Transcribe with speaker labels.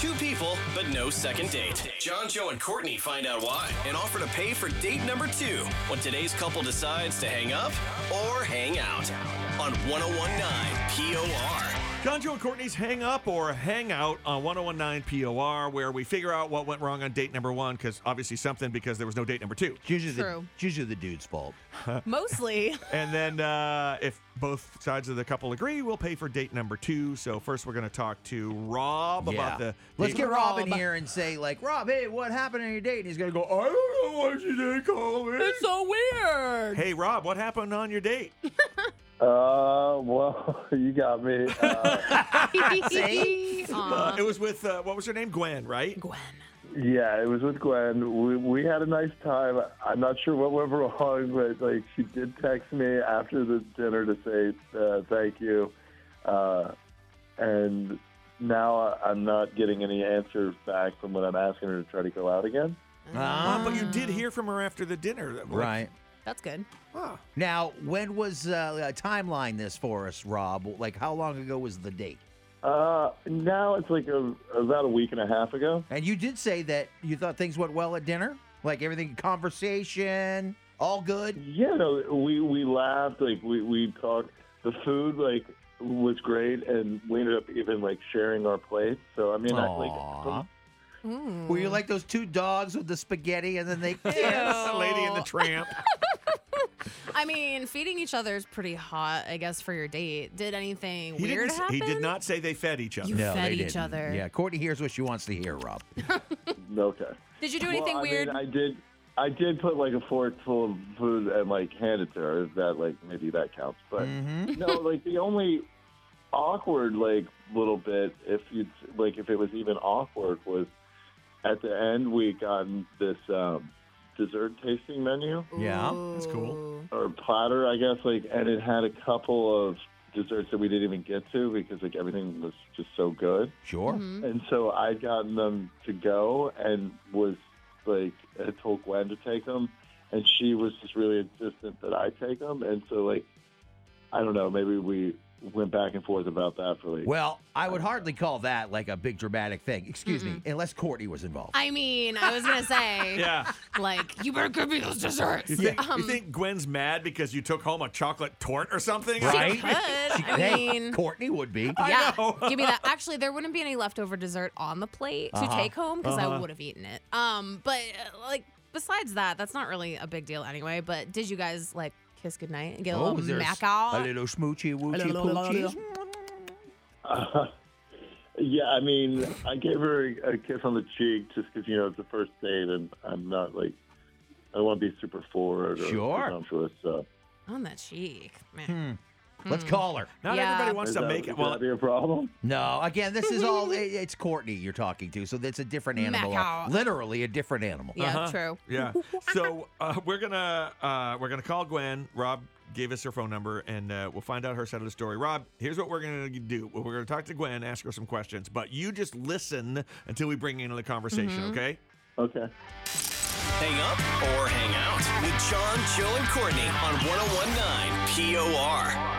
Speaker 1: Two people, but no second date. John, Joe, and Courtney find out why and offer to pay for date number two when today's couple decides to hang up or hang out on 1019 POR.
Speaker 2: John, Joe, and Courtney's Hang Up or Hang Out on 1019 POR, where we figure out what went wrong on date number one, because obviously something, because there was no date number two.
Speaker 3: It's usually,
Speaker 4: True.
Speaker 3: The, it's usually the dude's fault.
Speaker 4: Mostly.
Speaker 2: And then uh, if both sides of the couple agree, we'll pay for date number two. So first, we're going to talk to Rob about the.
Speaker 3: Let's
Speaker 2: date-
Speaker 3: get Rob, in
Speaker 4: Rob.
Speaker 3: here and say, like, Rob, hey, what happened on your date? And he's going to go, I don't know why she didn't call me.
Speaker 4: so weird.
Speaker 2: Hey, Rob, what happened on your date?
Speaker 5: Uh, well, you got me. Uh,
Speaker 2: Uh, it was with uh, what was her name? Gwen, right?
Speaker 4: Gwen.
Speaker 5: yeah, it was with Gwen. We, we had a nice time. I'm not sure what went wrong, but like she did text me after the dinner to say uh, thank you, uh, and now I- I'm not getting any answers back from when I'm asking her to try to go out again.
Speaker 3: Ah,
Speaker 2: Uh, but you did hear from her after the dinner, Like,
Speaker 3: Right.
Speaker 4: That's good.
Speaker 2: huh.
Speaker 3: Now, when was uh, a timeline this for us, Rob? Like, how long ago was the date?
Speaker 5: Uh, now it's like a, about a week and a half ago.
Speaker 3: And you did say that you thought things went well at dinner, like everything, conversation, all good.
Speaker 5: Yeah, no, we we laughed, like we we talked. The food like was great, and we ended up even like sharing our plates. So I mean, I, like oh,
Speaker 3: Aw.
Speaker 5: from-
Speaker 3: Were you like those two dogs with the spaghetti, and then they kissed?
Speaker 2: The lady and the tramp.
Speaker 4: I mean, feeding each other is pretty hot, I guess, for your date. Did anything
Speaker 2: He,
Speaker 4: weird
Speaker 2: didn't,
Speaker 4: happen?
Speaker 2: he did not say they fed each other.
Speaker 4: You- fed each other.
Speaker 3: Yeah, Courtney hears what she wants to hear, Rob.
Speaker 5: okay.
Speaker 4: Did you do anything
Speaker 5: well, I
Speaker 4: weird?
Speaker 2: uh,
Speaker 5: Mean, I did. I did put like a fork full of food and like hand it to her. If that like maybe that counts, but
Speaker 3: Mhm.
Speaker 5: no, like the only awkward like little bit, if you like, if it was even awkward, was at the end we got this um, dessert tasting menu.
Speaker 3: Yeah,
Speaker 2: that's cool.
Speaker 4: Ooh.
Speaker 5: or platter, I guess, like, and it had a couple of desserts that we didn't even get to because like everything was just so good.
Speaker 3: Sure.
Speaker 4: Mhm.
Speaker 5: And so I'd gotten them to go and was like, had told Gwen to take them, and she was just really insistent that I take them. And so like, I don't know, maybe we went back and forth about that for like.
Speaker 3: Well, I would hardly call that like a big dramatic thing. Excuse me, unless Courtney was involved.
Speaker 4: I mean, I was going to say,
Speaker 2: Yeah.
Speaker 4: like, you better give me those desserts.
Speaker 2: You think,
Speaker 4: Um,
Speaker 2: you think Gwen's mad because you took home a chocolate tort or something?
Speaker 3: Right?
Speaker 4: Could. I
Speaker 3: Hey,
Speaker 4: mean,
Speaker 3: Courtney would be.
Speaker 4: yeah.
Speaker 2: know.
Speaker 4: Give me that. Actually, there wouldn't be any leftover dessert on the plate to
Speaker 3: Uh-huh.
Speaker 4: take home because
Speaker 2: Uh-huh.
Speaker 4: I would have eaten it. Um, but uh, like besides that, that's not really a big deal anyway. But did you guys like kiss goodnight and get a
Speaker 3: Oh,
Speaker 4: little
Speaker 3: there's
Speaker 4: mac out?
Speaker 3: A little smoochy woochy
Speaker 4: little-
Speaker 3: poochies.
Speaker 5: yeah, I mean, I gave her a, a kiss on the cheek just because you know it's the first date, and I'm not like, I don't want to be super forward or
Speaker 3: Sure.
Speaker 5: presumptuous. So.
Speaker 4: on the cheek, man.
Speaker 2: Hmm.
Speaker 3: Mm. Let's call her.
Speaker 2: Not
Speaker 4: Yeah.
Speaker 2: everybody wants
Speaker 5: Is
Speaker 2: to
Speaker 5: that-
Speaker 2: make
Speaker 5: is
Speaker 2: it. Well,
Speaker 5: that be a problem?
Speaker 3: No, again, this is all. it- It's Courtney you're talking to, so that's a different animal.
Speaker 4: Macau.
Speaker 3: Literally a different animal.
Speaker 4: Yeah,
Speaker 2: Uh-huh.
Speaker 4: true.
Speaker 2: Yeah. So uh, we're gonna uh, we're gonna call Gwen. Rob gave us her phone number, and uh, we'll find out her side of the story. Rob, here's what we're gonna do. We're gonna talk to Gwen, ask her some questions, but you just listen until we bring you into the conversation,
Speaker 4: Mm-hmm.
Speaker 2: okay?
Speaker 5: Okay.
Speaker 1: Hang up oh or hang out with John, Joe, and Courtney on 1019 POR.